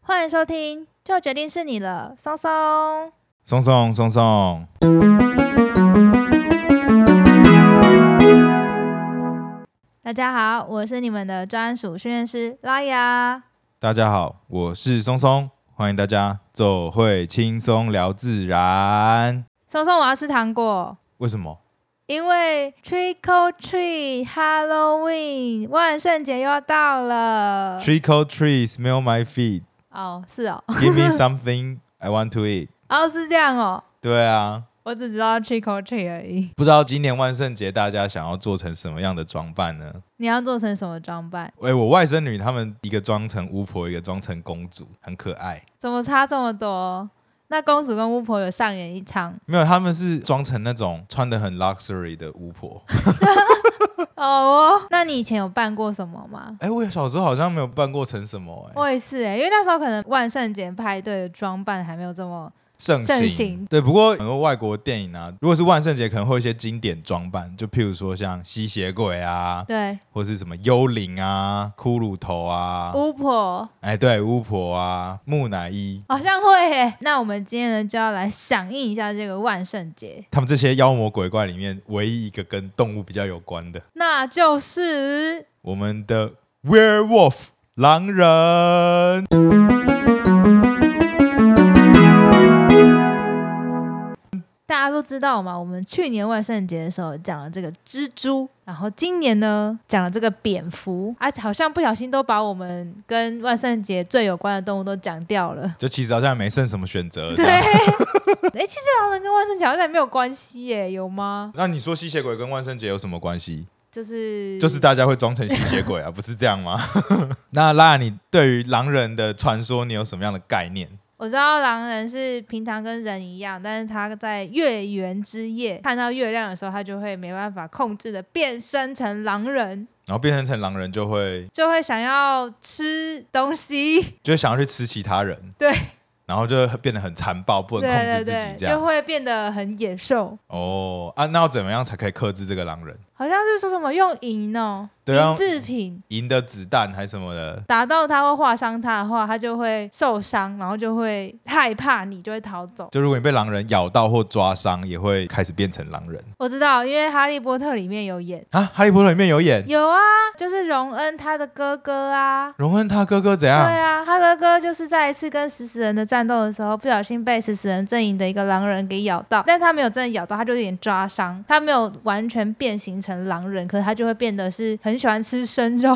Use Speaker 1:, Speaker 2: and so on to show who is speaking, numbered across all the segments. Speaker 1: 欢迎收听，就决定是你了，松松。
Speaker 2: 松松松松，
Speaker 1: 大家好，我是你们的专属训练师拉雅。
Speaker 2: 大家好，我是松松，欢迎大家走会轻松聊自然。
Speaker 1: 松松，我要吃糖果，
Speaker 2: 为什么？
Speaker 1: 因为 Trick or Treat Halloween 万圣节又要到了。
Speaker 2: Trick or treat, smell my feet,
Speaker 1: 哦，是哦，
Speaker 2: give me something I want to eat。
Speaker 1: 哦是这样哦，
Speaker 2: 对啊，
Speaker 1: 我只知道 Trick or Treat 而已。
Speaker 2: 不知道今年万圣节大家想要做成什么样的装扮呢？
Speaker 1: 你要做成什么装扮？
Speaker 2: 哎，我外甥女她们一个装成巫婆，一个装成公主，很可爱。
Speaker 1: 怎么差这么多？那公主跟巫婆有上演一 场
Speaker 2: 没有，她们是装成那种穿的很 luxury 的巫婆。
Speaker 1: 哦哦。那你以前有办过什么吗？
Speaker 2: 哎，我小时候好像没有扮过成什么、哎，
Speaker 1: 我也是哎、因为那时候可能万圣节派对的装扮还没有这么
Speaker 2: 盛行。
Speaker 1: 盛行
Speaker 2: 对，不过很多外国电影啊，如果是万圣节，可能会有一些经典装扮，就譬如说像吸血鬼啊，
Speaker 1: 对、
Speaker 2: 或是什么幽灵啊、骷髅头啊，
Speaker 1: 巫婆
Speaker 2: 哎，对，巫婆啊、木乃伊，
Speaker 1: 好像会耶、那我们今天呢就要来响应一下这个万圣节，
Speaker 2: 他们这些妖魔鬼怪里面，唯一一个跟动物比较有关的，
Speaker 1: 那就是
Speaker 2: 我们的 werewolf 狼人。
Speaker 1: 大家都知道嘛，我们去年万圣节的时候讲了这个蜘蛛，然后今年呢讲了这个蝙蝠，而且好像不小心都把我们跟万圣节最有关的动物都讲掉了。
Speaker 2: 就其实好像也没剩什么选择。
Speaker 1: 对，
Speaker 2: 这样
Speaker 1: 哎、其实狼人跟万圣节好像也没有关系耶，有吗？
Speaker 2: 那你说吸血鬼跟万圣节有什么关系？
Speaker 1: 就是
Speaker 2: 就是大家会装成吸血鬼啊，不是这样吗？ 那拉雅，你对于狼人的传说，你有什么样的概念？
Speaker 1: 我知道狼人是平常跟人一样，但是他在月圆之夜看到月亮的时候，他就会没办法控制的变身成狼人，
Speaker 2: 然后变成成狼人就会
Speaker 1: 就会想要吃东 西，
Speaker 2: 就会想要去吃其他人，
Speaker 1: 对，
Speaker 2: 然后就变得很残暴，不
Speaker 1: 对
Speaker 2: 能
Speaker 1: 对
Speaker 2: 控制自己
Speaker 1: 对，啊
Speaker 2: 这
Speaker 1: 就
Speaker 2: 样。
Speaker 1: 会变得很野兽。
Speaker 2: 哦啊，那要怎么样才可以克制这个狼人？
Speaker 1: 好像是说什么用银哦，
Speaker 2: 对啊
Speaker 1: 银制品
Speaker 2: 赢的子弹还是什么的？
Speaker 1: 打到他或划伤他的话，他就会受伤，然后就会害怕你，就会逃走。
Speaker 2: 就如果你被狼人咬到或抓伤，也会开始变成狼人
Speaker 1: 我知道，因为《哈利波特》里面有演，
Speaker 2: 啊！哈利波特里面有演
Speaker 1: 有啊，就是荣恩他的哥哥啊，
Speaker 2: 荣恩他哥哥怎样？
Speaker 1: 对啊，他哥哥就是在一次跟食死人的战斗的时候，不小心被食死人阵营的一个狼人给咬到，但他没有真的咬到，他就有点抓伤，他没有完全变形成狼人，可是他就会变得是很喜欢吃生 肉，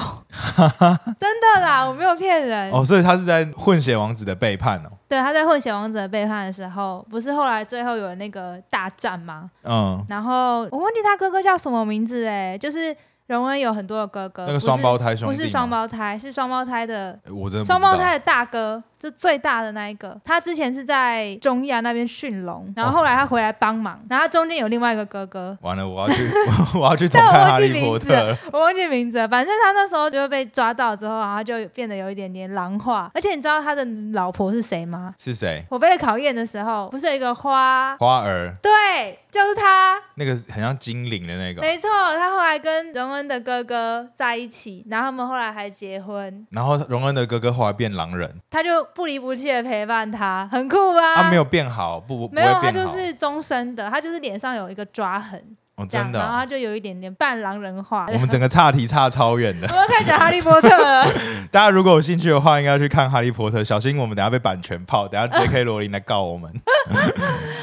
Speaker 1: 真的啦，我没有骗人。
Speaker 2: 哦，所以他是在混血王子的背叛哦。
Speaker 1: 对，他在混血王子的背叛的时候，不是后来最后有那个大战吗？
Speaker 2: 嗯，
Speaker 1: 然后我忘记他哥哥叫什么名字哎、就是荣恩有很多的哥哥，
Speaker 2: 那个
Speaker 1: 不是
Speaker 2: 双胞胎兄
Speaker 1: 呃不
Speaker 2: 弟
Speaker 1: 是双
Speaker 2: 吗，
Speaker 1: 胞胎，是双胞胎的
Speaker 2: 哎我真的不知道
Speaker 1: 双胞胎的大哥，就最大的那一个，他之前是在中亚那边驯龙，然后后来他回来帮忙，然后他中间有另外一个哥哥，
Speaker 2: 完了，我要去， 我要去重
Speaker 1: 但我
Speaker 2: 看《哈
Speaker 1: 忘记
Speaker 2: 利波
Speaker 1: 名字
Speaker 2: 特》了。
Speaker 1: 我忘记名字了，反正他那时候就被抓到之后，然后就变得有一点点狼化，而且你知道他的老婆是谁吗？
Speaker 2: 是谁？
Speaker 1: 我被考验的时候，不是有一个花？
Speaker 2: 花儿，
Speaker 1: 对，就是他，
Speaker 2: 那个很像精灵的那个。
Speaker 1: 没错，他后来跟荣恩的哥哥在一起，然后他们后来还结婚，
Speaker 2: 然后荣恩的哥哥后来变狼人，
Speaker 1: 他就不离不弃的陪伴他，很酷吧？
Speaker 2: 他啊没有变好，不不
Speaker 1: 啊没
Speaker 2: 不
Speaker 1: 有，
Speaker 2: 会
Speaker 1: 他
Speaker 2: 变
Speaker 1: 就
Speaker 2: 好
Speaker 1: 是终身的，他就是脸上有一个抓痕，
Speaker 2: 哦，
Speaker 1: 这样，
Speaker 2: 真的
Speaker 1: 然后
Speaker 2: 哦。
Speaker 1: 他就有一点点半狼人化。
Speaker 2: 我们整个岔题岔超远的，
Speaker 1: 我要开始讲哈利波特了，
Speaker 2: 大家如果有兴趣的话，应该去看《哈利波特》，小心我们等下被版权炮，等下 J.K. 罗琳来告 我们。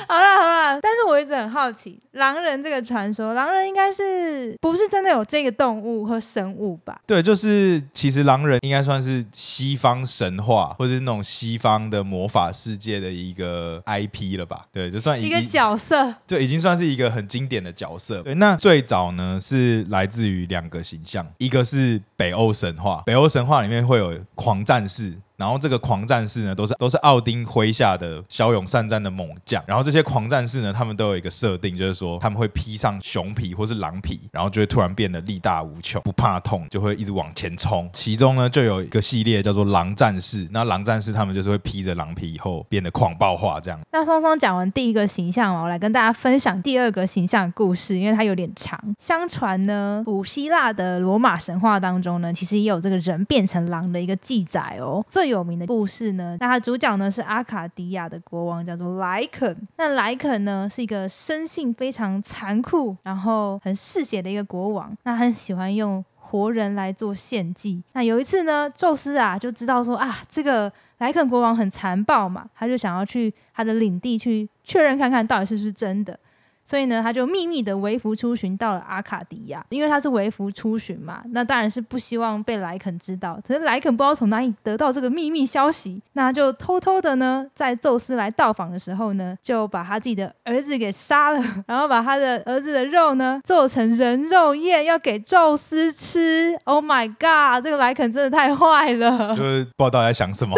Speaker 1: 好了好了，但是我一直很好奇，狼人这个传说，狼人应该是不是真的有这个动物和生物吧？
Speaker 2: 对，就是其实狼人应该算是西方神话或者是那种西方的魔法世界的一个 IP 了吧？对，就算以
Speaker 1: 一个角色，
Speaker 2: 就已经算是一个很经典的角色。对，那最早呢是来自于两个形象，一个是北欧神话，北欧神话里面会有狂战士。然后这个狂战士呢，都是都是奥丁麾下的骁勇善战的猛将。然后这些狂战士呢，他们都有一个设定，就是说他们会披上熊皮或是狼皮，然后就会突然变得力大无穷，不怕痛，就会一直往前冲。其中呢，就有一个系列叫做狼战士。那狼战士他们就是会披着狼皮以后变得狂暴化这样。
Speaker 1: 那松松讲完第一个形象嘛，我来跟大家分享第二个形象的故事，因为它有点长。相传呢，古希腊的罗马神话当中呢，其实也有这个人变成狼的一个记载哦。最有名的故事呢，那它主角呢是阿卡迪亚的国王，叫做莱肯。那莱肯呢是一个生性非常残酷，然后很嗜血的一个国王，那很喜欢用。活人来做献祭。那有一次呢，宙斯啊就知道说啊，这个莱肯国王很残暴嘛，他就想要去他的领地去确认看看到底是不是真的。所以呢，他就秘密的微服出巡到了阿卡迪亚，因为他是微服出巡嘛，那当然是不希望被莱肯知道。可是莱肯不知道从哪里得到这个秘密消息，那就偷偷的呢，在宙斯来到访的时候呢，就把他自己的儿子给杀了，然后把他的儿子的肉呢做成人肉宴要给宙斯吃。Oh my god，这个莱肯真的太坏了。
Speaker 2: 就是不知道大家在想什么。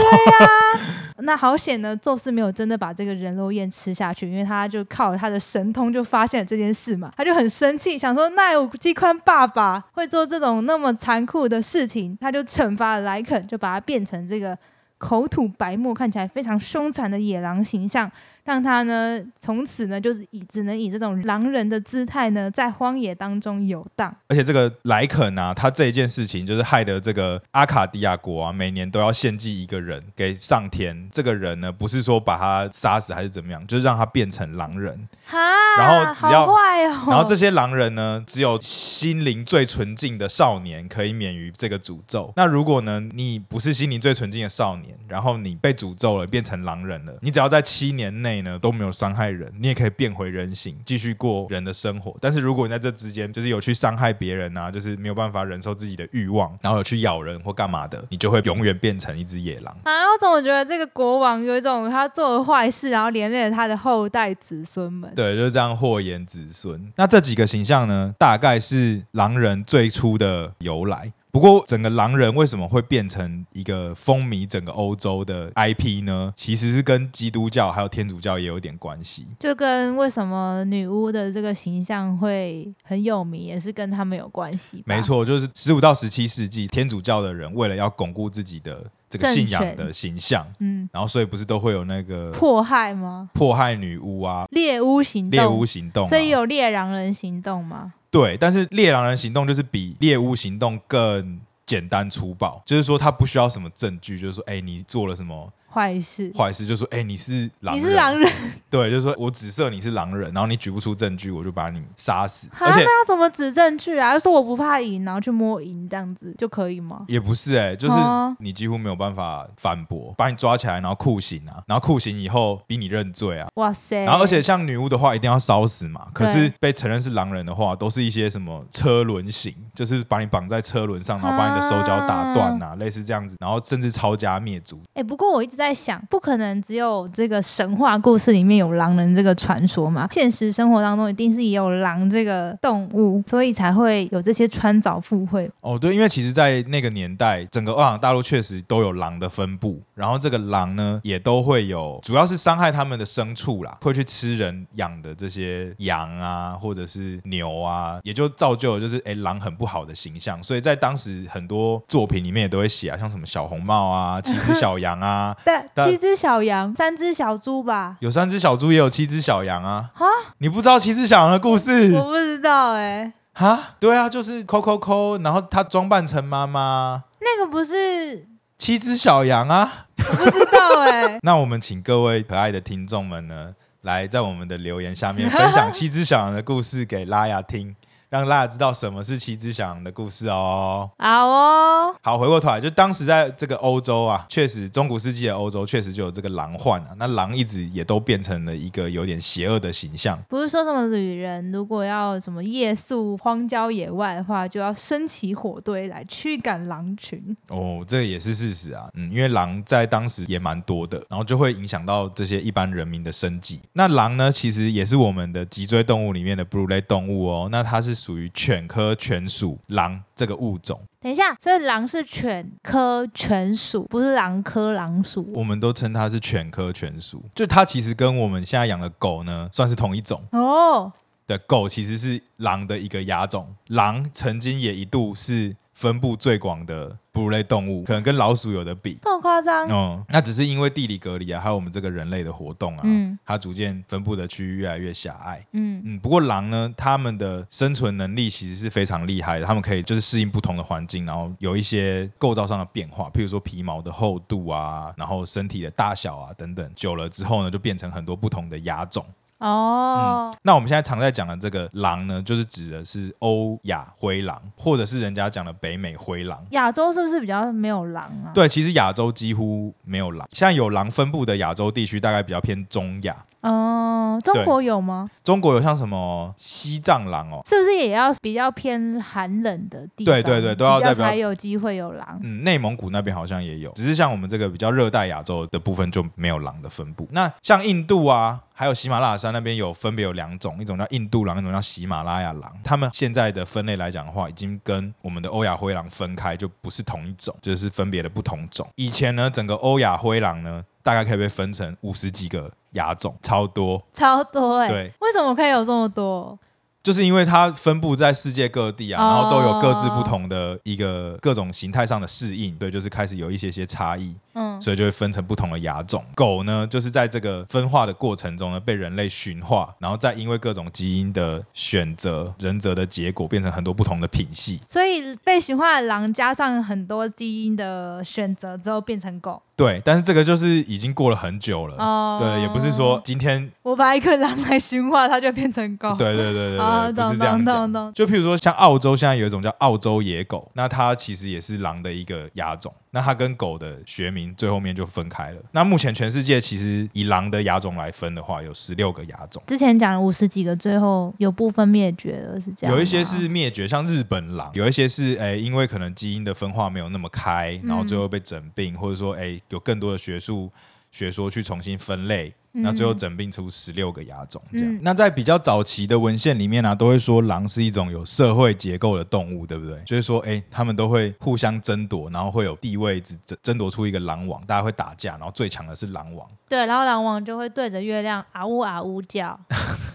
Speaker 1: 那好险呢，宙斯没有真的把这个人肉宴吃下去，因为他就靠了他的神通就发现了这件事嘛，他就很生气，想说奈武基宽爸爸会做这种那么残酷的事情，他就惩罚了莱肯，就把他变成这个口吐白沫、看起来非常凶残的野狼形象，让他呢从此呢就是以只能以这种狼人的姿态呢在荒野当中游荡。
Speaker 2: 而且这个莱肯啊，他这一件事情就是害得这个阿卡迪亚国啊，每年都要献祭一个人给上天。这个人呢，不是说把他杀死还是怎么样，就是让他变成狼人。
Speaker 1: 哈，
Speaker 2: 然后只要
Speaker 1: 好坏哦，
Speaker 2: 然后这些狼人呢，只有心灵最纯净的少年可以免于这个诅咒。那如果呢，你不是心灵最纯净的少年，然后你被诅咒了，变成狼人了，你只要在七年内呢都没有伤害人，你也可以变回人形，继续过人的生活。但是如果你在这之间就是有去伤害别人啊，就是没有办法忍受自己的欲望，然后有去咬人或干嘛的，你就会永远变成一只野狼。
Speaker 1: 啊，我总觉得这个国王有一种他做了坏事，然后连累了他的后代子孙们。
Speaker 2: 对，就是这样祸延子孙。那这几个形象呢，大概是狼人最初的由来。不过，整个狼人为什么会变成一个风靡整个欧洲的 IP 呢？其实是跟基督教还有天主教也有点关系。
Speaker 1: 就跟为什么女巫的这个形象会很有名，也是跟他们有关系。
Speaker 2: 没，错，就是十五到十七世纪，天主教的人为了要巩固自己的这个
Speaker 1: 正
Speaker 2: 信仰
Speaker 1: 权
Speaker 2: 的形象，
Speaker 1: 嗯，
Speaker 2: 然后所以不是都会有那个
Speaker 1: 迫害吗？
Speaker 2: 迫害女巫啊、
Speaker 1: 猎巫行动，
Speaker 2: 猎巫行动、啊，
Speaker 1: 所以有猎狼人行动吗？
Speaker 2: 对，但是猎狼人行动就是比猎巫行动更简单粗暴，就是说他不需要什么证据，就是说，哎、你做了什么
Speaker 1: 坏事，
Speaker 2: 坏事，就说，哎、你是狼
Speaker 1: 你
Speaker 2: 人，啊
Speaker 1: 是狼人，
Speaker 2: 对，就是说我指涉你是狼人，然后你举不出证据，我就把你杀死，
Speaker 1: 哈
Speaker 2: 而且
Speaker 1: 那要怎么指证据啊？就说我不怕赢，然后去摸赢这样子就可以吗？
Speaker 2: 也不是哎、就是
Speaker 1: 哦
Speaker 2: 你几乎没有办法反驳，把你抓起来，然后酷刑啊，然后酷刑以后逼你认罪啊。
Speaker 1: 哇塞！
Speaker 2: 然后，而且像女巫的话，一定要烧死嘛。可是
Speaker 1: 对
Speaker 2: 被承认是狼人的话，都是一些什么车轮刑，就是把你绑在车轮上，然后把你的手脚打断啊，类似这样子，然后甚至抄家灭族。
Speaker 1: 哎、不过我一直在想，不可能只有这个神话故事里面有狼人这个传说嘛，现实生活当中一定是也有狼这个动物，所以才会有这些穿凿附会。，
Speaker 2: 哦，对，因为其实，在那个年代，整个欧亚大陆确实都有狼的分布，然后这个狼呢，也都会有，主要是伤害他们的牲畜啦，会去吃人养的这些羊啊，或者是牛啊，也就造就了就是哎狼很不好的形象，所以在当时很多作品里面也都会写啊，像什么小红帽啊、七只小羊啊
Speaker 1: 但
Speaker 2: 但
Speaker 1: 七只小羊，三只小猪吧，
Speaker 2: 有三只小猪，也有七只小羊啊。哈， 你不知道七只小羊的故事？
Speaker 1: 我不知道哎、
Speaker 2: 哈，对啊，就是抠抠抠，然后他装扮成妈妈，
Speaker 1: 那个不是
Speaker 2: 七只小羊啊。
Speaker 1: 不知道哎、
Speaker 2: 那我们请各位可爱的听众们呢，来在我们的留言下面分享七只小羊的故事给拉雅听，让拉雅知道什么是七只小羊的故事哦。
Speaker 1: 好哦，
Speaker 2: 好，回过头来，就当时在这个欧洲啊，确实中古世纪的欧洲确实就有这个狼患啊，那狼一直也都变成了一个有点邪恶的形象。
Speaker 1: 不是说什么旅人如果要什么夜宿荒郊野外的话，就要升起火堆来驱赶狼群。
Speaker 2: 哦，这也是事实啊，嗯，因为狼在当时也蛮多的，然后就会影响到这些一般人民的生计。那狼呢，其实也是我们的脊椎动物里面的哺乳类动物哦，那它是属于犬科犬属狼这个物种，
Speaker 1: 等一下，所以狼是犬科犬属，不是狼科狼属。
Speaker 2: 我们都称它是犬科犬属，就它其实跟我们现在养的狗呢算是同一种。
Speaker 1: 哦，
Speaker 2: 的狗其实是狼的一个亚种，狼曾经也一度是分布最广的哺乳类动物，可能跟老鼠有的比。
Speaker 1: 这么夸张？
Speaker 2: 哦，那只是因为地理隔离啊，还有我们这个人类的活动啊，
Speaker 1: 嗯
Speaker 2: 它逐渐分布的区域越来越狭隘。
Speaker 1: 嗯
Speaker 2: 嗯，不过狼呢，它们的生存能力其实是非常厉害的，它们可以就是适应不同的环境，然后有一些构造上的变化，譬如说皮毛的厚度啊，然后身体的大小啊等等。久了之后呢，就变成很多不同的亚种。嗯
Speaker 1: 哦，
Speaker 2: 那我们现在常在讲的这个狼呢，就是指的是欧亚灰狼，或者是人家讲的北美灰狼。
Speaker 1: 亚洲是不是比较没有狼啊？，
Speaker 2: 对，其实亚洲几乎没有狼，现在有狼分布的亚洲地区大概比较偏中亚。
Speaker 1: 哦，中
Speaker 2: 对
Speaker 1: 国有吗？
Speaker 2: 中国有像什么西藏狼哦，
Speaker 1: 是不是也要比较偏寒冷的地方？
Speaker 2: 对对对都要
Speaker 1: 比较
Speaker 2: 在比较
Speaker 1: 才有机会有狼。
Speaker 2: 嗯，内蒙古那边好像也有，只是像我们这个比较热带亚洲的部分就没有狼的分布。那像印度啊，还有喜马拉雅山那边有分别有两种，一种叫印度狼，一种叫喜马拉雅狼。它们现在的分类来讲的话，已经跟我们的欧亚灰狼分开，就不是同一种，就是分别的不同种。以前呢，整个欧亚灰狼呢，大概可以被分成五十几个亚种，超多。
Speaker 1: 超多哎、
Speaker 2: 对
Speaker 1: 为什么可以有这么多？
Speaker 2: 就是因为它分布在世界各地啊，然后都有各自
Speaker 1: 哦
Speaker 2: 不同的一个各种形态上的适应，对，就是开始有一些些差异。
Speaker 1: 嗯，
Speaker 2: 所以就会分成不同的亚种。狗呢，就是在这个分化的过程中呢，被人类驯化，然后再因为各种基因的选择、人择的结果，变成很多不同的品系。
Speaker 1: 所以被驯化的狼加上很多基因的选择之后变成狗
Speaker 2: 对，但是这个就是已经过了很久了。
Speaker 1: 哦。
Speaker 2: 对，也不是说今天，
Speaker 1: 我把一个狼来驯化，它就变成狗。
Speaker 2: 对对对对
Speaker 1: 哦
Speaker 2: 对，不
Speaker 1: 懂
Speaker 2: 是这样
Speaker 1: 懂
Speaker 2: 讲
Speaker 1: 懂。懂。
Speaker 2: 就譬如说，像澳洲现在有一种叫澳洲野狗，那它其实也是狼的一个亚种。那它跟狗的学名最后面就分开了。那目前全世界其实以狼的亚种来分的话，有十六个亚种。
Speaker 1: 之前讲了五十几个，最后有部分灭绝了，是这样吗。
Speaker 2: 有一些是灭绝，像日本狼；有一些是诶、因为可能基因的分化没有那么开，然后最后被整病，或者说诶、有更多的学术学说去重新分类，那最后
Speaker 1: 嗯
Speaker 2: 整病出十六个亚种这样。
Speaker 1: 嗯
Speaker 2: 那在比较早期的文献里面呢、啊都会说狼是一种有社会结构的动物，对不对？就是说，诶，他们都会互相争夺，然后会有地位之争争夺出一个狼王，大家会打架，然后最强的是狼王。
Speaker 1: 对，然后狼王就会对着月亮啊呜啊呜 叫。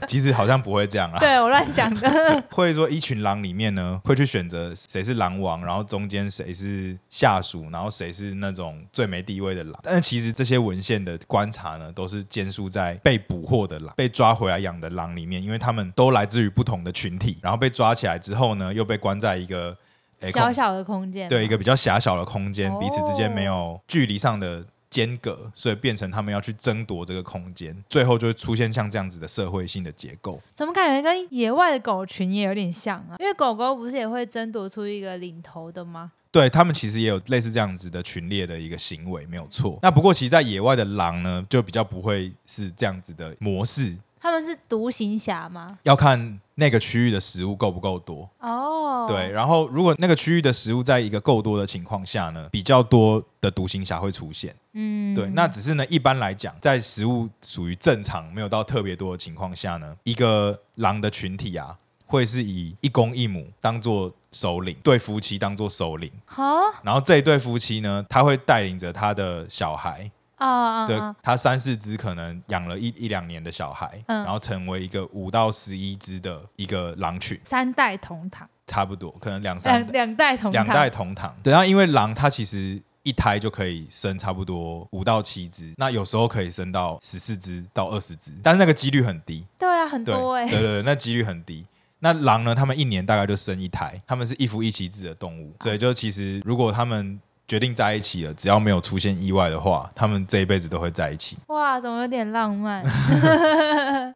Speaker 2: 其实好像不会这样啊，
Speaker 1: 对我乱讲 的。
Speaker 2: 会说一群狼里面呢，会去选择谁是狼王，然后中间谁是下属，然后谁是那种最没地位的狼。但是其实这些文献的观察呢，都是建树在被捕获的狼、被抓回来养的狼里面，因为他们都来自于不同的群体，然后被抓起来之后呢，又被关在一个。诶
Speaker 1: 小
Speaker 2: 哎空
Speaker 1: 小的空间嘛，
Speaker 2: 对一个比较狭小的空间
Speaker 1: 哦，
Speaker 2: 彼此之间没有距离上的间隔，所以变成他们要去争夺这个空间，最后就会出现像这样子的社会性的结构。
Speaker 1: 怎么感觉跟野外的狗群也有点像啊？因为狗狗不是也会争夺出一个领头的吗？
Speaker 2: 对他们其实也有类似这样子的群猎的一个行为，没有错。那不过其实，在野外的狼呢，就比较不会是这样子的模式，
Speaker 1: 他们是独行侠吗？
Speaker 2: 要看那个区域的食物够不够多。
Speaker 1: 哦，
Speaker 2: 对，，然后如果那个区域的食物在一个够多的情况下呢，比较多的独行侠会出现。
Speaker 1: 嗯，
Speaker 2: 对，那只是呢，一般来讲，在食物属于正常没有到特别多的情况下呢，一个狼的群体啊，会是以一公一母当做首领，对夫妻当做首领。
Speaker 1: 好啊
Speaker 2: 然后这一对夫妻呢，他会带领着他的小孩，
Speaker 1: 啊啊，
Speaker 2: 对
Speaker 1: 啊
Speaker 2: 他三四只可能养了一一两年的小孩，
Speaker 1: 嗯
Speaker 2: 然后成为一个五到十一只的一个狼群，
Speaker 1: 三代同堂，
Speaker 2: 差不多可能两三
Speaker 1: 两两代同堂，
Speaker 2: 两代同堂。对，然后因为狼它其实。一胎就可以生差不多五到七只，那有时候可以生到十四只到二十只，但是那个几率很低。
Speaker 1: 对啊，很
Speaker 2: 对，
Speaker 1: 多哎、
Speaker 2: 对对对，那几率很低。那狼呢？它们一年大概就生一胎，它们是一夫一妻制的动物，所以就其实如果它们决定在一起了，只要没有出现意外的话，它们这一辈子都会在一起。
Speaker 1: 哇，怎么有点浪漫？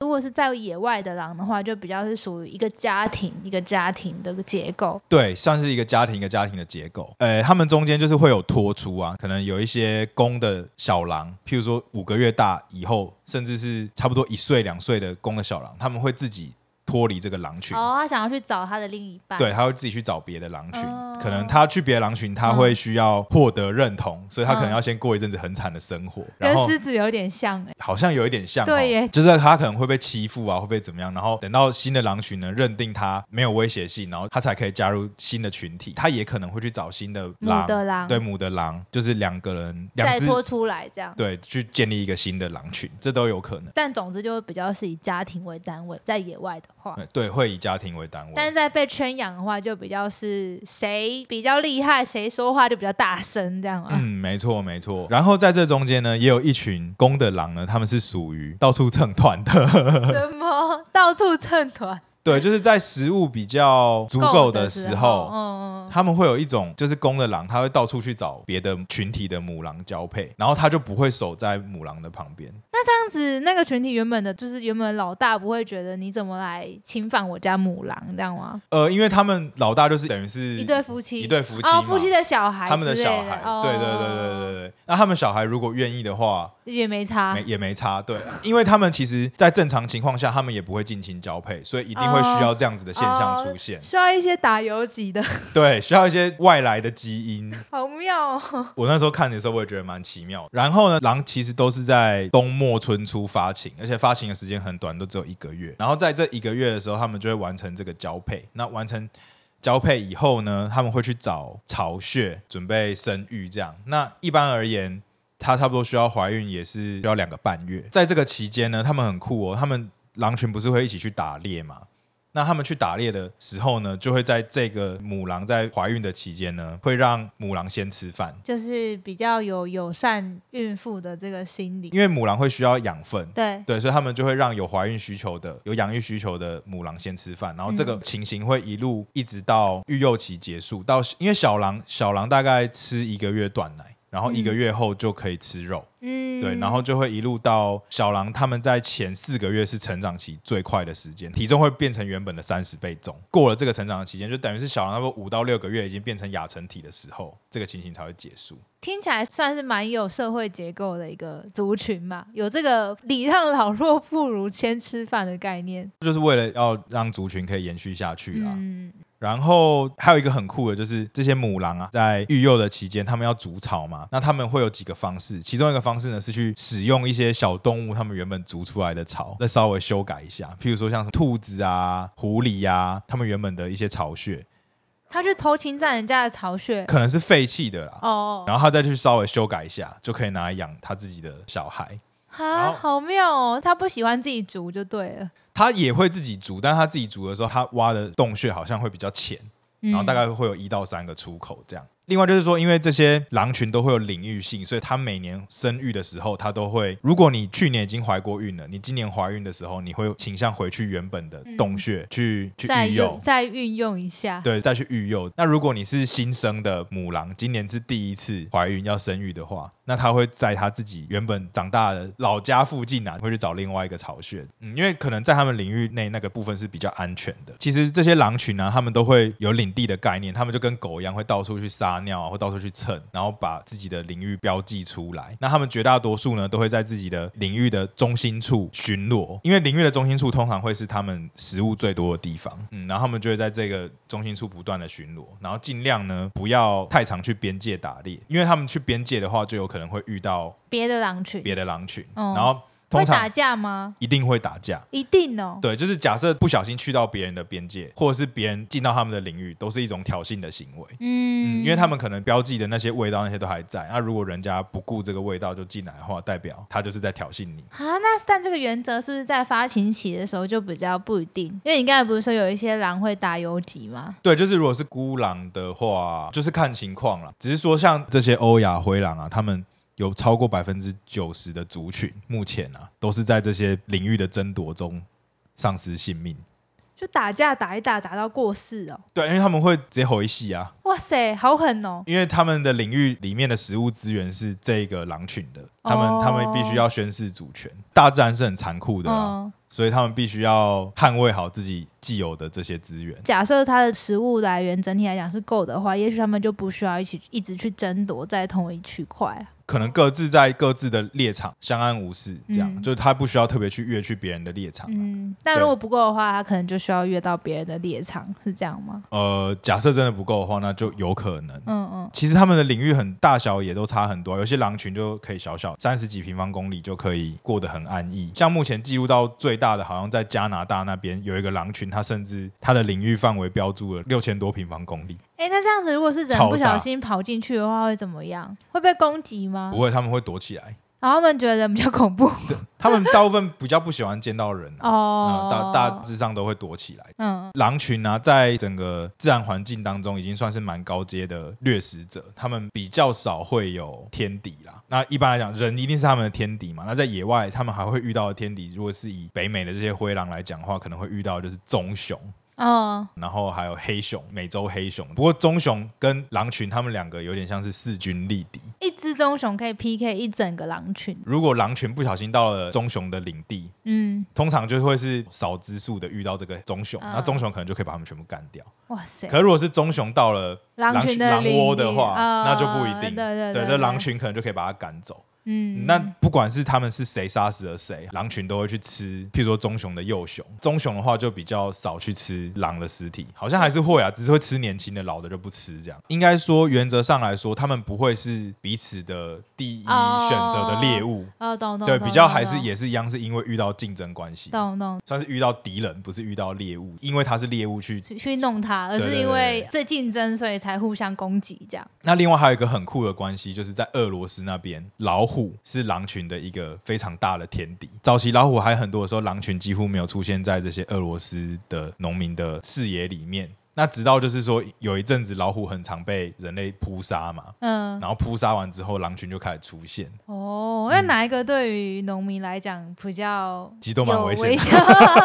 Speaker 1: 如果是在野外的狼的话，就比较是属于一个家庭一个家庭的结构，
Speaker 2: 对，算是一个家庭一个家庭的结构。呃，它们中间就是会有脱出啊，可能有一些公的小狼，譬如说五个月大以后，甚至是差不多一岁两岁的公的小狼，它们会自己脱离这个狼群。
Speaker 1: 哦，他想要去找他的另一半，
Speaker 2: 对，，他会自己去找别的狼群，
Speaker 1: 哦嗯
Speaker 2: 可能他去别的狼群，他会需要获得认同，所以他可能要先过一阵子很惨的生活，然
Speaker 1: 跟
Speaker 2: 后
Speaker 1: 狮子有点像哎、
Speaker 2: 好像有一点像、哦，
Speaker 1: 对耶
Speaker 2: 就是他可能会被欺负啊，会被怎么样，然后等到新的狼群呢认定他没有威胁性，然后他才可以加入新的群体，他也可能会去找新的
Speaker 1: 母
Speaker 2: 狼，
Speaker 1: 的狼
Speaker 2: 对母的狼，就是两个人两
Speaker 1: 再
Speaker 2: 只
Speaker 1: 拖出来这样。
Speaker 2: 对去建立一个新的狼群，这都有可能。
Speaker 1: 但总之就会比较是以家庭为单位，在野外的话，话。
Speaker 2: 对对，会以家庭为单位。
Speaker 1: 但是在被圈养的话，就比较是谁比较厉害，谁说话就比较大声，这样啊。
Speaker 2: 嗯，没错没错。然后在这中间呢，也有一群公的狼呢，他们是属于到处蹭团的。
Speaker 1: 什么到处蹭团，
Speaker 2: 对，就是在食物比较足够的时候，
Speaker 1: 嗯嗯嗯，
Speaker 2: 他们会有一种就是公的狼，它会到处去找别的群体的母狼交配，然后它就不会守在母狼的旁边。
Speaker 1: 那这样子，那个群体原本的，就是原本老大不会觉得你怎么来侵犯我家母狼，这样吗？
Speaker 2: 呃，因为他们老大就是等于是
Speaker 1: 一对夫妻，
Speaker 2: 一对夫妻嘛
Speaker 1: 哦，夫妻的小孩之类，
Speaker 2: 他们的小孩，
Speaker 1: 哦
Speaker 2: 对对对对对对。那他们小孩如果愿意的话，
Speaker 1: 也没差
Speaker 2: 没，也没差，对，因为他们其实，在正常情况下，他们也不会近亲交配，所以一定会需要这样子的现象出现。
Speaker 1: 需要一些打游击的，
Speaker 2: 对，需要一些外来的基因。
Speaker 1: 好妙哦。
Speaker 2: 我那时候看的时候，我也觉得蛮奇妙。然后呢，狼其实都是在冬末春初发情，而且发情的时间很短，都只有一个月。然后在这一个月的时候，他们就会完成这个交配。那完成交配以后呢，他们会去找巢穴，准备生育。这样，那一般而言。它差不多需要怀孕也是需要两个半月，在这个期间呢，他们很酷哦，他们狼群不是会一起去打猎嘛？那他们去打猎的时候呢，就会在这个母狼在怀孕的期间呢，会让母狼先吃饭，
Speaker 1: 就是比较有友善孕妇的这个心理，
Speaker 2: 因为母狼会需要养分，
Speaker 1: 对，
Speaker 2: 对，所以他们就会让有怀孕需求的、有养育需求的母狼先吃饭，然后这个情形会一路一直到育幼期结束，到因为小狼小狼大概吃一个月断奶，然后一个月后就可以吃肉，
Speaker 1: 嗯，
Speaker 2: 对，然后就会一路到小狼他们在前四个月是成长期最快的时间，体重会变成原本的三十倍重，过了这个成长的期间，就等于是小狼差不多五到六个月已经变成亚成体的时候，这个情形才会结束。
Speaker 1: 听起来算是蛮有社会结构的一个族群嘛，有这个“礼让老弱妇孺先吃饭”的概念。
Speaker 2: 就是为了要让族群可以延续下去啦。
Speaker 1: 嗯，
Speaker 2: 然后还有一个很酷的，就是这些母狼啊，在育幼的期间，它们要筑巢嘛，那它们会有几个方式，其中一个方式呢是去使用一些小动物它们原本筑出来的巢，再稍微修改一下，譬如说像什么兔子啊、狐狸啊，它们原本的一些巢穴
Speaker 1: 他去偷侵占人家的巢 穴。
Speaker 2: 可能是废弃的啦，
Speaker 1: 哦，
Speaker 2: 然后它再去稍微修改一下，就可以拿来养它自己的小孩。然
Speaker 1: 哈，
Speaker 2: 后
Speaker 1: 好妙哦！他不喜欢自己煮就对了，
Speaker 2: 它也会自己筑，但它自己筑的时候，它挖的洞穴好像会比较浅，
Speaker 1: 嗯
Speaker 2: 然后大概会有一到三个出口这样。另外就是说，因为这些狼群都会有领域性，所以它每年生育的时候，它都会。如果你去年已经怀过孕了，你今年怀孕的时候，你会倾向回去原本的洞穴、去去
Speaker 1: 嗯再
Speaker 2: 育幼
Speaker 1: 用，再运用一下。
Speaker 2: 对，再去育幼。那如果你是新生的母狼，今年是第一次怀孕要生育的话，那它会在它自己原本长大的老家附近啊，会去找另外一个巢穴。嗯，因为可能在他们领域内那个部分是比较安全的。其实这些狼群啊，他们都会有领地的概念，他们就跟狗一样，会到处去撒尿啊，或到处去蹭，然后把自己的领域标记出来。那他们绝大多数呢，都会在自己的领域的中心处巡逻，因为领域的中心处通常会是他们食物最多的地方。嗯，然后他们就会在这个中心处不断的巡逻，然后尽量呢不要太常去边界打猎，因为他们去边界的话，就有可能会遇到
Speaker 1: 别的狼群
Speaker 2: 别的狼群，
Speaker 1: 哦
Speaker 2: 然后
Speaker 1: 会
Speaker 2: 通
Speaker 1: 打
Speaker 2: 常
Speaker 1: 架吗？
Speaker 2: 一定会打架。
Speaker 1: 一定哦。
Speaker 2: 对，就是假设不小心去到别人的边界，或者是别人进到他们的领域，都是一种挑衅的行为。
Speaker 1: 嗯
Speaker 2: 嗯，因为他们可能标记的那些味道那些都还在，那、如果人家不顾这个味道就进来的话，代表他就是在挑衅你。
Speaker 1: 啊，那但这个原则是不是在发情期的时候就比较不一定？因为你刚才不是说有一些狼会打游击吗？
Speaker 2: 对，就是如果是孤狼的话，就是看情况啦。只是说像这些欧亚灰狼啊，他们有超过百分之九十的族群，目前啊都是在这些领域的争夺中丧失性命。
Speaker 1: 就打架打一打，打到过世哦。
Speaker 2: 对，因为他们会直接吼一戏啊，
Speaker 1: 哇塞，好狠哦！
Speaker 2: 因为他们的领域里面的食物资源是这个狼群的，他们、
Speaker 1: 哦
Speaker 2: 他们必须要宣示主权。大自然是很残酷的啊，
Speaker 1: 嗯，
Speaker 2: 所以他们必须要捍卫好自己既有的这些资源。
Speaker 1: 假设它的食物来源整体来讲是够的话，也许他们就不需要一起一直去争夺在同一区块。
Speaker 2: 可能各自在各自的猎场相安无事，这样、
Speaker 1: 嗯
Speaker 2: 就是他不需要特别去越去别人的猎场啊、
Speaker 1: 嗯，但
Speaker 2: 对
Speaker 1: 如果不够的话，它可能就需要越到别人的猎场，是这样吗？
Speaker 2: 呃，假设真的不够的话，那就有可能。
Speaker 1: 嗯嗯，
Speaker 2: 其实他们的领域很大小也都差很多，啊有些狼群就可以小小三十几平方公里就可以过得很安逸。像目前记录到最大的，好像在加拿大那边有一个狼群，它甚至它的领域范围标注了六千多平方公里。
Speaker 1: 哎、那这样子，如果是人
Speaker 2: 超
Speaker 1: 不小
Speaker 2: 大
Speaker 1: 心跑进去的话，会怎么样？会被攻击吗
Speaker 2: 不？会，他们会躲起来。
Speaker 1: 然后他们觉得人比较恐怖
Speaker 2: 他们大部分比较不喜欢见到人、啊，
Speaker 1: 哦
Speaker 2: 嗯，大大致上都会躲起来。
Speaker 1: 嗯
Speaker 2: 狼群啊，在整个自然环境当中，已经算是蛮高阶的掠食者，他们比较少会有天敌啦。那一般来讲，人一定是他们的天敌嘛。那在野外，他们还会遇到的天敌，如果是以北美的这些灰狼来讲的话，可能会遇到的就是棕熊，
Speaker 1: 哦
Speaker 2: 然后还有黑熊，美洲黑熊。不过棕熊跟狼群，他们两个有点像是势均力敌。
Speaker 1: 一只棕熊可以 PK 一整个狼群，
Speaker 2: 如果狼群不小心到了棕熊的领地，
Speaker 1: 嗯，
Speaker 2: 通常就会是少之数的遇到这个棕熊，
Speaker 1: 嗯
Speaker 2: 那棕熊可能就可以把他们全部干掉。
Speaker 1: 哇塞，
Speaker 2: 可如果是棕熊到了
Speaker 1: 狼群的
Speaker 2: 狼
Speaker 1: 领
Speaker 2: 窝
Speaker 1: 地
Speaker 2: 的话，
Speaker 1: 啊
Speaker 2: 那就不一
Speaker 1: 对
Speaker 2: 定。
Speaker 1: 对对
Speaker 2: 那狼群可能就可以把它赶走。
Speaker 1: 嗯，
Speaker 2: 那不管是他们是谁杀死了谁，狼群都会去吃，譬如说棕熊的幼熊。棕熊的话就比较少去吃狼的尸体，好像还是会啊，只是会吃年轻的，老的就不吃。这样应该说原则上来说，他们不会是彼此的第一选择的猎物。
Speaker 1: 哦，懂哦懂，
Speaker 2: 对，
Speaker 1: 懂
Speaker 2: 比较还是，
Speaker 1: 懂
Speaker 2: 也是一样，是因为遇到竞争关系，
Speaker 1: 懂懂，
Speaker 2: 算是遇到敌人，不是遇到猎物，因为它是猎物去
Speaker 1: 去去弄它，而
Speaker 2: 对
Speaker 1: 是
Speaker 2: 对
Speaker 1: 因
Speaker 2: 对
Speaker 1: 为
Speaker 2: 对
Speaker 1: 这竞争，所以才互相攻击这样。
Speaker 2: 那另外还有一个很酷的关系，就是在俄罗斯那边，老虎是狼群的一个非常大的天敌。早期老虎还很多的时候，狼群几乎没有出现在这些俄罗斯的农民的视野里面。那直到就是说，有一阵子老虎很常被人类扑杀嘛，
Speaker 1: 嗯，
Speaker 2: 然后扑杀完之后，狼群就开始出现，
Speaker 1: 哦，
Speaker 2: 嗯
Speaker 1: 那哪一个对于农民来讲比较
Speaker 2: 其实都蛮
Speaker 1: 有
Speaker 2: 危
Speaker 1: 危
Speaker 2: 险
Speaker 1: 险？
Speaker 2: 的。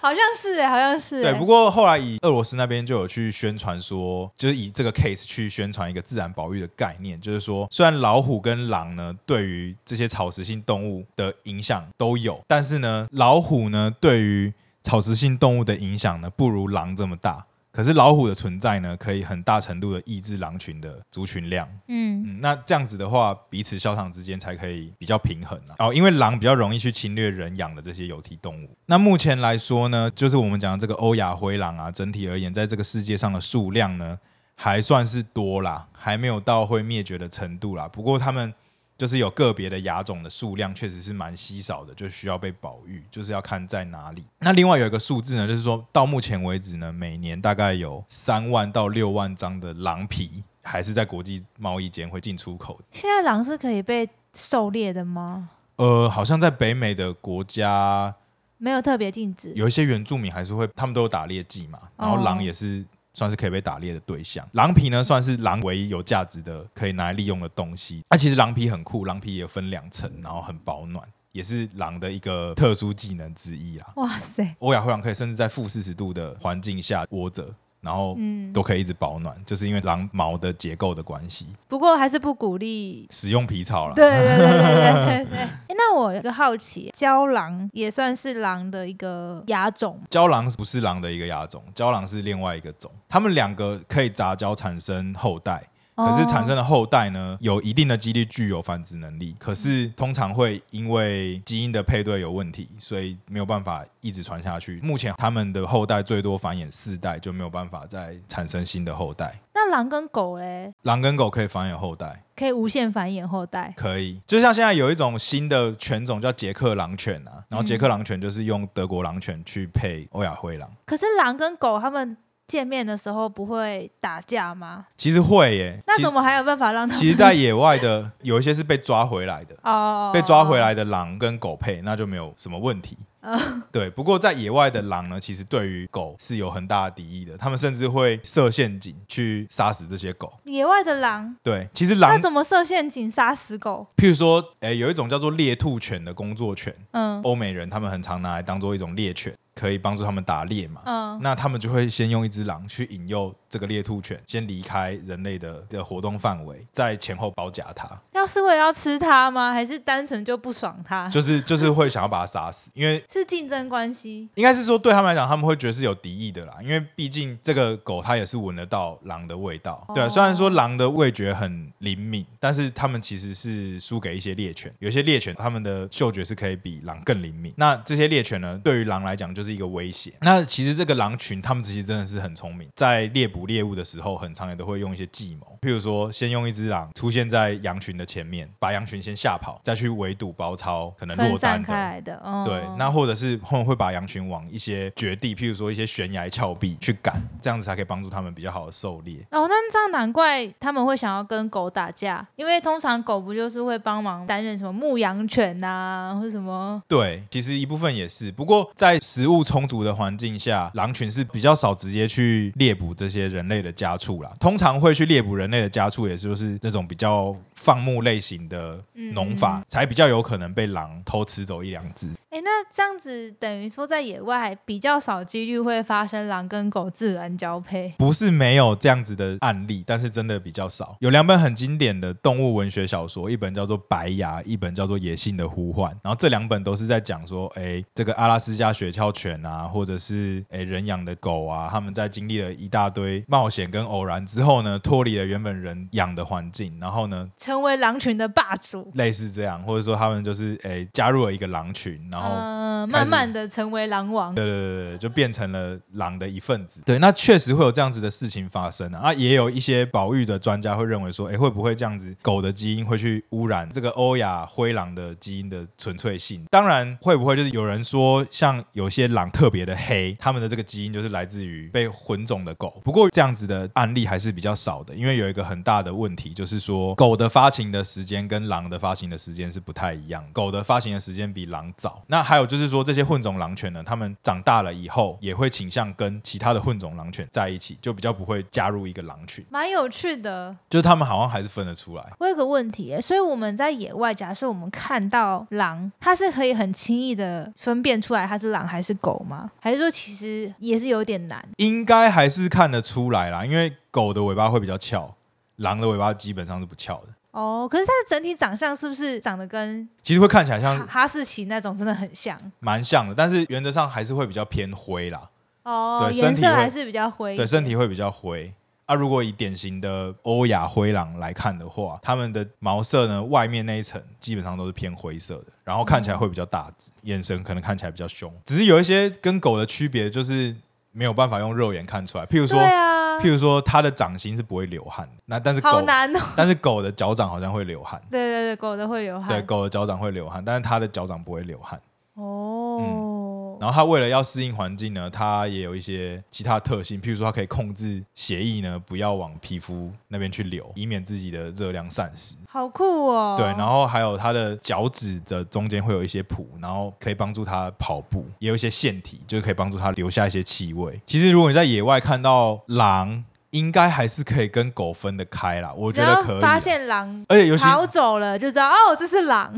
Speaker 1: 好像是欸，好像是欸。
Speaker 2: 对，不过后来以俄罗斯那边就有去宣传说，就是以这个 case 去宣传一个自然保育的概念，就是说，虽然老虎跟狼呢对于这些草食性动物的影响都有，但是呢，老虎呢对于草食性动物的影响呢不如狼这么大。可是老虎的存在呢，可以很大程度的抑制狼群的族群量。
Speaker 1: 嗯，
Speaker 2: 嗯，那这样子的话，彼此消长之间才可以比较平衡啊。哦，因为狼比较容易去侵略人养的这些有蹄动物。那目前来说呢，就是我们讲的这个欧亚灰狼啊，整体而言，在这个世界上的数量呢，还算是多啦，还没有到会灭绝的程度啦。不过它们就是有个别的亚种的数量确实是蛮稀少的，就需要被保育，就是要看在哪里。那另外有一个数字呢，就是说到目前为止呢，每年大概有三万到六万张的狼皮还是在国际贸易间会进出口。
Speaker 1: 现在狼是可以被狩猎的吗？
Speaker 2: 呃，好像在北美的国家，
Speaker 1: 没有特别禁止。
Speaker 2: 有一些原住民还是会，他们都有打猎季嘛，然后
Speaker 1: 哦
Speaker 2: 狼也是。算是可以被打猎的对象，狼皮呢算是狼唯一有价值的可以拿来利用的东西。那、其实狼皮很酷，狼皮也分两层，然后很保暖，也是狼的一个特殊技能之一啦。
Speaker 1: 哇塞，
Speaker 2: 欧亚灰狼可以甚至在负四十度的环境下窝着，然后
Speaker 1: 嗯，
Speaker 2: 都可以一直保暖，就是因为狼毛的结构的关系，
Speaker 1: 不过还是不鼓励。
Speaker 2: 使用皮草啦。
Speaker 1: 对对对对对对对。 哎，那我有个好奇，郊狼也算是狼的一个亚种吗，
Speaker 2: 郊狼不是狼的一个亚种，郊狼是另外一个种，它们两个可以杂交产生后代。
Speaker 1: 哦
Speaker 2: 可是产生的后代呢，有一定的几率具有繁殖能力，可是
Speaker 1: 嗯
Speaker 2: 通常会因为基因的配对有问题，所以没有办法一直传下去。目前他们的后代最多繁衍四代，就没有办法再产生新的后代
Speaker 1: 哦。那狼跟狗嘞，
Speaker 2: 狼跟狗可以繁衍后代，
Speaker 1: 可以无限繁衍后代。
Speaker 2: 可以，就像现在有一种新的犬种叫捷克狼犬啊，然后捷克狼犬就是用德国狼犬去配欧亚灰狼，
Speaker 1: 可是狼跟狗它们见面的时候不会打架吗？
Speaker 2: 其实会耶，
Speaker 1: 那
Speaker 2: 其
Speaker 1: 怎
Speaker 2: 实
Speaker 1: 么还有办法让它们？
Speaker 2: 其实，在野外的有一些是被抓回来的，
Speaker 1: 哦
Speaker 2: 被抓回来的狼跟狗配，那就没有什么问题。
Speaker 1: 嗯
Speaker 2: 对，不过在野外的狼呢，其实对于狗是有很大的敌意的，他们甚至会设陷阱去杀死这些狗。
Speaker 1: 野外的狼，
Speaker 2: 对，其实
Speaker 1: 那
Speaker 2: 狼，
Speaker 1: 怎么设陷阱杀死狗？
Speaker 2: 譬如说，诶、有一种叫做猎兔犬的工作犬，
Speaker 1: 嗯
Speaker 2: 欧美人他们很常拿来当做一种猎犬，可以帮助他们打猎嘛。
Speaker 1: 嗯，
Speaker 2: 那他们就会先用一只狼去引诱这个猎兔犬，先离开人类的的活动范围，再前后包夹它，
Speaker 1: 要是为了要吃它吗？还是单纯就不爽它？
Speaker 2: 就是就是会想要把它杀死，因为
Speaker 1: 是竞争关系
Speaker 2: 应该是说对他们来讲，他们会觉得是有敌意的啦，因为毕竟这个狗它也是闻得到狼的味道，对啊、
Speaker 1: 哦
Speaker 2: 虽然说狼的味觉很灵敏，但是他们其实是输给一些猎犬，有些猎犬它们的嗅觉是可以比狼更灵敏。那这些猎犬呢，对于狼来讲就是就是一个威胁。那其实这个狼群他们其实真的是很聪明，在猎捕猎物的时候，很常也都会用一些计谋，譬如说先用一只狼出现在羊群的前面，把羊群先吓跑，再去围堵包抄可能
Speaker 1: 分
Speaker 2: 落
Speaker 1: 散
Speaker 2: 单
Speaker 1: 开
Speaker 2: 的。
Speaker 1: 来的。哦、
Speaker 2: 对，那或者是他们会把羊群往一些绝地，譬如说一些悬崖峭壁去赶，这样子才可以帮助他们比较好的狩猎。
Speaker 1: 哦，那这样难怪他们会想要跟狗打架，因为通常狗不就是会帮忙担任什么牧羊犬呐、或者什么？
Speaker 2: 对，其实一部分也是，不过在食物充足的环境下，狼群是比较少直接去猎捕这些人类的家畜啦。通常会去猎捕人类的家畜，也就是这种比较放牧类型的农法，才比较有可能被狼偷吃走一两只。
Speaker 1: 哎，那这样子等于说在野外比较少几率会发生狼跟狗自然交配。
Speaker 2: 不是没有这样子的案例，但是真的比较少。有两本很经典的动物文学小说，一本叫做《白牙》，一本叫做《野性的呼唤》。然后这两本都是在讲说，哎、这个阿拉斯加雪橇犬啊，或者是哎、人养的狗啊，他们在经历了一大堆冒险跟偶然之后呢，脱离了原本人养的环境，然后呢。
Speaker 1: 成为狼群的霸主，
Speaker 2: 类似这样，或者说他们就是诶、加入了一个狼群，然后
Speaker 1: 嗯、
Speaker 2: 开
Speaker 1: 慢
Speaker 2: 始
Speaker 1: 慢的成为狼王。
Speaker 2: 对对对对，就变成了狼的一份子。对，那确实会有这样子的事情发生啊。那也有一些保育的专家会认为说，诶，会不会这样子，狗的基因会去污染这个欧亚灰狼的基因的纯粹性？当然，会不会就是有人说，像有些狼特别的黑，他们的这个基因就是来自于被混种的狗。不过这样子的案例还是比较少的，因为有一个很大的问题，就是说狗的发情的时间跟狼的发情的时间是不太一样，狗的发情的时间比狼早。那还有就是说，这些混种狼犬呢，它们长大了以后也会倾向跟其他的混种狼犬在一起，就比较不会加入一个狼群，
Speaker 1: 蛮有趣的。
Speaker 2: 就是它们好像还是分得出来。
Speaker 1: 我有个问题耶，所以我们在野外，假设我们看到狼，它是可以很轻易的分辨出来它是狼还是狗吗？还是说其实也是有点难？
Speaker 2: 应该还是看得出来啦，因为狗的尾巴会比较翘，狼的尾巴基本上是不翘的。
Speaker 1: 哦，可是它的整体长相是不是长得跟
Speaker 2: 其实会看起来
Speaker 1: 哈
Speaker 2: 像
Speaker 1: 哈士奇那种真的很像？
Speaker 2: 蛮像的，但是原则上还是会比较偏灰啦。
Speaker 1: 哦，
Speaker 2: 对
Speaker 1: 颜
Speaker 2: 身体
Speaker 1: 色
Speaker 2: 会
Speaker 1: 还是比较灰一点。
Speaker 2: 对，身体会比较灰。啊，如果以典型的欧亚灰狼来看的话，它们的毛色呢，外面那一层基本上都是偏灰色的，然后看起来会比较大只，眼神可能看起来比较凶。只是有一些跟狗的区别，就是没有办法用肉眼看出来。譬如说，
Speaker 1: 对啊，
Speaker 2: 譬如说它的掌心是不会流汗的，那但是
Speaker 1: 好
Speaker 2: 狗，
Speaker 1: 难哦。
Speaker 2: 但是狗的脚掌好像会流汗。
Speaker 1: 对对对，狗都会流汗。
Speaker 2: 对，狗的脚掌会流汗，但是它的脚掌不会流汗。
Speaker 1: 哦，
Speaker 2: 嗯然后它为了要适应环境呢，它也有一些其他特性，譬如说它可以控制血液呢不要往皮肤那边去流，以免自己的热量散失。
Speaker 1: 好酷哦。
Speaker 2: 对，然后还有它的脚趾的中间会有一些蹼，然后可以帮助它跑步，也有一些腺体，就是可以帮助它留下一些气味。其实如果你在野外看到狼，应该还是可以跟狗分得开啦，我
Speaker 1: 只
Speaker 2: 觉得
Speaker 1: 要
Speaker 2: 可以啊。
Speaker 1: 发现狼
Speaker 2: 而且尤其
Speaker 1: 跑走了，就知道哦，这是 狼，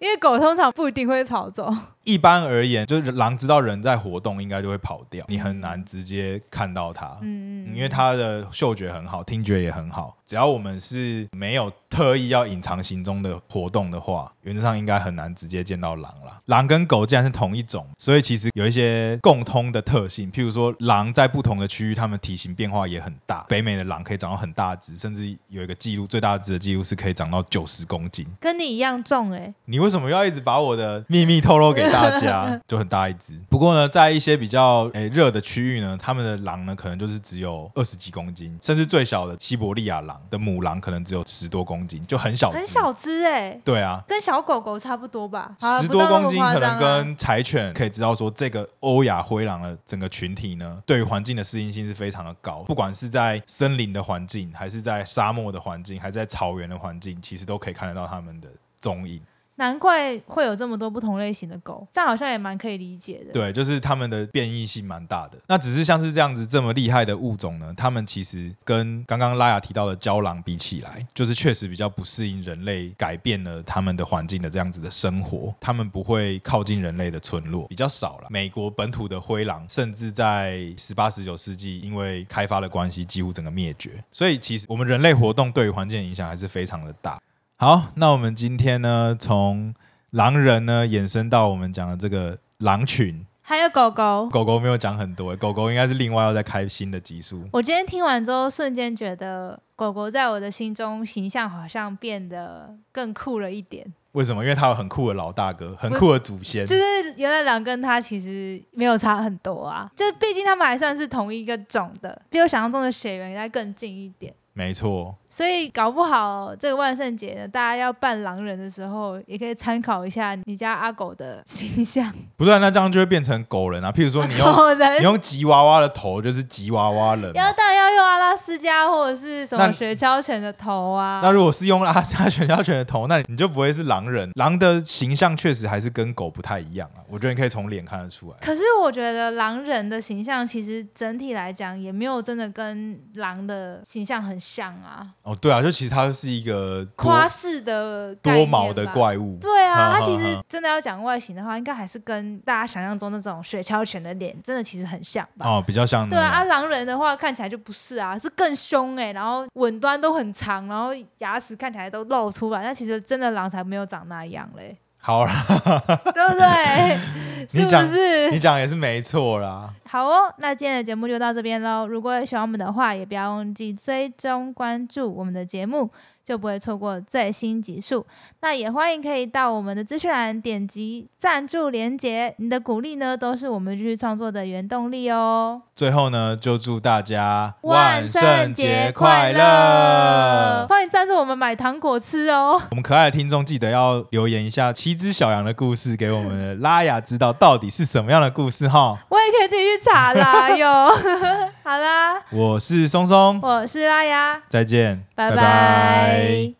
Speaker 1: 因为狗通常不一定会跑走。
Speaker 2: 一般而言，就是狼知道人在活动，应该就会跑掉，你很难直接看到它。
Speaker 1: 嗯
Speaker 2: 因为它的嗅觉很好，听觉也很好。只要我们是没有特意要隐藏行踪的活动的话，原则上应该很难直接见到狼啦。狼跟狗既然是同一种，所以其实有一些共通的特性，譬如说狼在不同的区域，它们体型变化也很大。北美的狼可以长到很大只，甚至有一个记录，最大只的记录是可以长到九十公斤。
Speaker 1: 跟你一样重哎、
Speaker 2: 你为什么要一直把我的秘密透露给大 家？就很大一只。不过呢，在一些比较诶热、的区域呢，他们的狼呢可能就是只有二十几公斤，甚至最小的西伯利亚狼的母狼可能只有十多公斤，就很小，
Speaker 1: 很。小只哎、
Speaker 2: 对啊。
Speaker 1: 跟小狗狗差不多吧，好
Speaker 2: 十
Speaker 1: 不到
Speaker 2: 多
Speaker 1: 那么
Speaker 2: 公斤
Speaker 1: 夸
Speaker 2: 可
Speaker 1: 张
Speaker 2: 能
Speaker 1: 啊
Speaker 2: 跟柴犬可以知道说，这个欧亚灰狼的整个群体呢，对于环境的适应性是非常的高。不管是在森林的环境，还是在沙漠的环境，还是在草原的环境，其实都可以看得到它们的踪影。
Speaker 1: 难怪会有这么多不同类型的狗，这样好像也蛮可以理解的。
Speaker 2: 对，就是他们的变异性蛮大的。那只是像是这样子这么厉害的物种呢，他们其实跟刚刚拉雅提到的郊狼比起来，就是确实比较不适应人类改变了他们的环境的这样子的生活，他们不会靠近人类的村落，比较少了。美国本土的灰狼，甚至在十八、十九世纪因为开发的关系，几乎整个灭绝。所以其实我们人类活动对于环境的影响还是非常的大。好，那我们今天呢，从狼人呢，衍生到我们讲的这个狼群，
Speaker 1: 还有狗狗。
Speaker 2: 狗狗没有讲很多，狗狗应该是另外要再开新的集数。
Speaker 1: 我今天听完之后，瞬间觉得狗狗在我的心中形象好像变得更酷了一点。
Speaker 2: 为什么？因为它有很酷的老大哥，很酷的祖先。
Speaker 1: 就是原来狼跟它其实没有差很多啊，就毕竟它们还算是同一个种的，比我想象中的血缘应该更近一点。
Speaker 2: 没错，
Speaker 1: 所以搞不好这个万圣节呢，大家要扮狼人的时候，也可以参考一下你家阿狗的形 象。
Speaker 2: 不然那这样就会变成狗人啊。譬如说你用
Speaker 1: 狗人
Speaker 2: 你用吉娃娃的头，就是吉娃娃人嘛、
Speaker 1: 要当然要用阿拉斯加或者是什
Speaker 2: 那
Speaker 1: 么雪橇犬的头
Speaker 2: 那
Speaker 1: 啊。
Speaker 2: 如果是用阿萨犬枭犬的头，那你就不会是狼人。狼的形象确实还是跟狗不太一样啊，我觉得你可以从脸看得出来。
Speaker 1: 可是我觉得狼人的形象其实整体来讲也没有真的跟狼的形象很像啊，
Speaker 2: 哦，对啊，就其实它是一个多
Speaker 1: 夸饰的概念
Speaker 2: 多
Speaker 1: 吧
Speaker 2: 毛的。怪物，
Speaker 1: 对啊，
Speaker 2: 哈哈
Speaker 1: 它其实真的要讲外形的话，应该还是跟大家想象中那种雪橇犬的脸真的其实很像吧。
Speaker 2: 哦，比较像
Speaker 1: 对啊，
Speaker 2: 那
Speaker 1: 啊
Speaker 2: 种
Speaker 1: 狼人的话看起来就不是啊，是更凶哎、然后吻端都很长，然后牙齿看起来都露出来，但其实真的狼才没有长那样嘞，
Speaker 2: 好啦，
Speaker 1: 对不对？
Speaker 2: 你
Speaker 1: 是
Speaker 2: 讲
Speaker 1: 不是？
Speaker 2: 你讲也是没错啦。
Speaker 1: 好哦，那今天的节目就到这边喽。如果喜欢我们的话，也不要忘记追踪关注我们的节目，就不会错过最新集数。那也欢迎可以到我们的资讯栏点击赞助连结，你的鼓励呢，都是我们继续创作的原动力哦。
Speaker 2: 最后呢，就祝大家
Speaker 1: 万圣节快乐！！欢迎赞助我们买糖果吃哦。
Speaker 2: 我们可爱的听众记得要留言一下七只小羊的故事，给我们的拉雅知道到底是什么样的故事哈。
Speaker 1: 我也可以自己去查啦哟。 好啦，
Speaker 2: 我是松松，
Speaker 1: 我是拉雅，
Speaker 2: 再见，
Speaker 1: 拜拜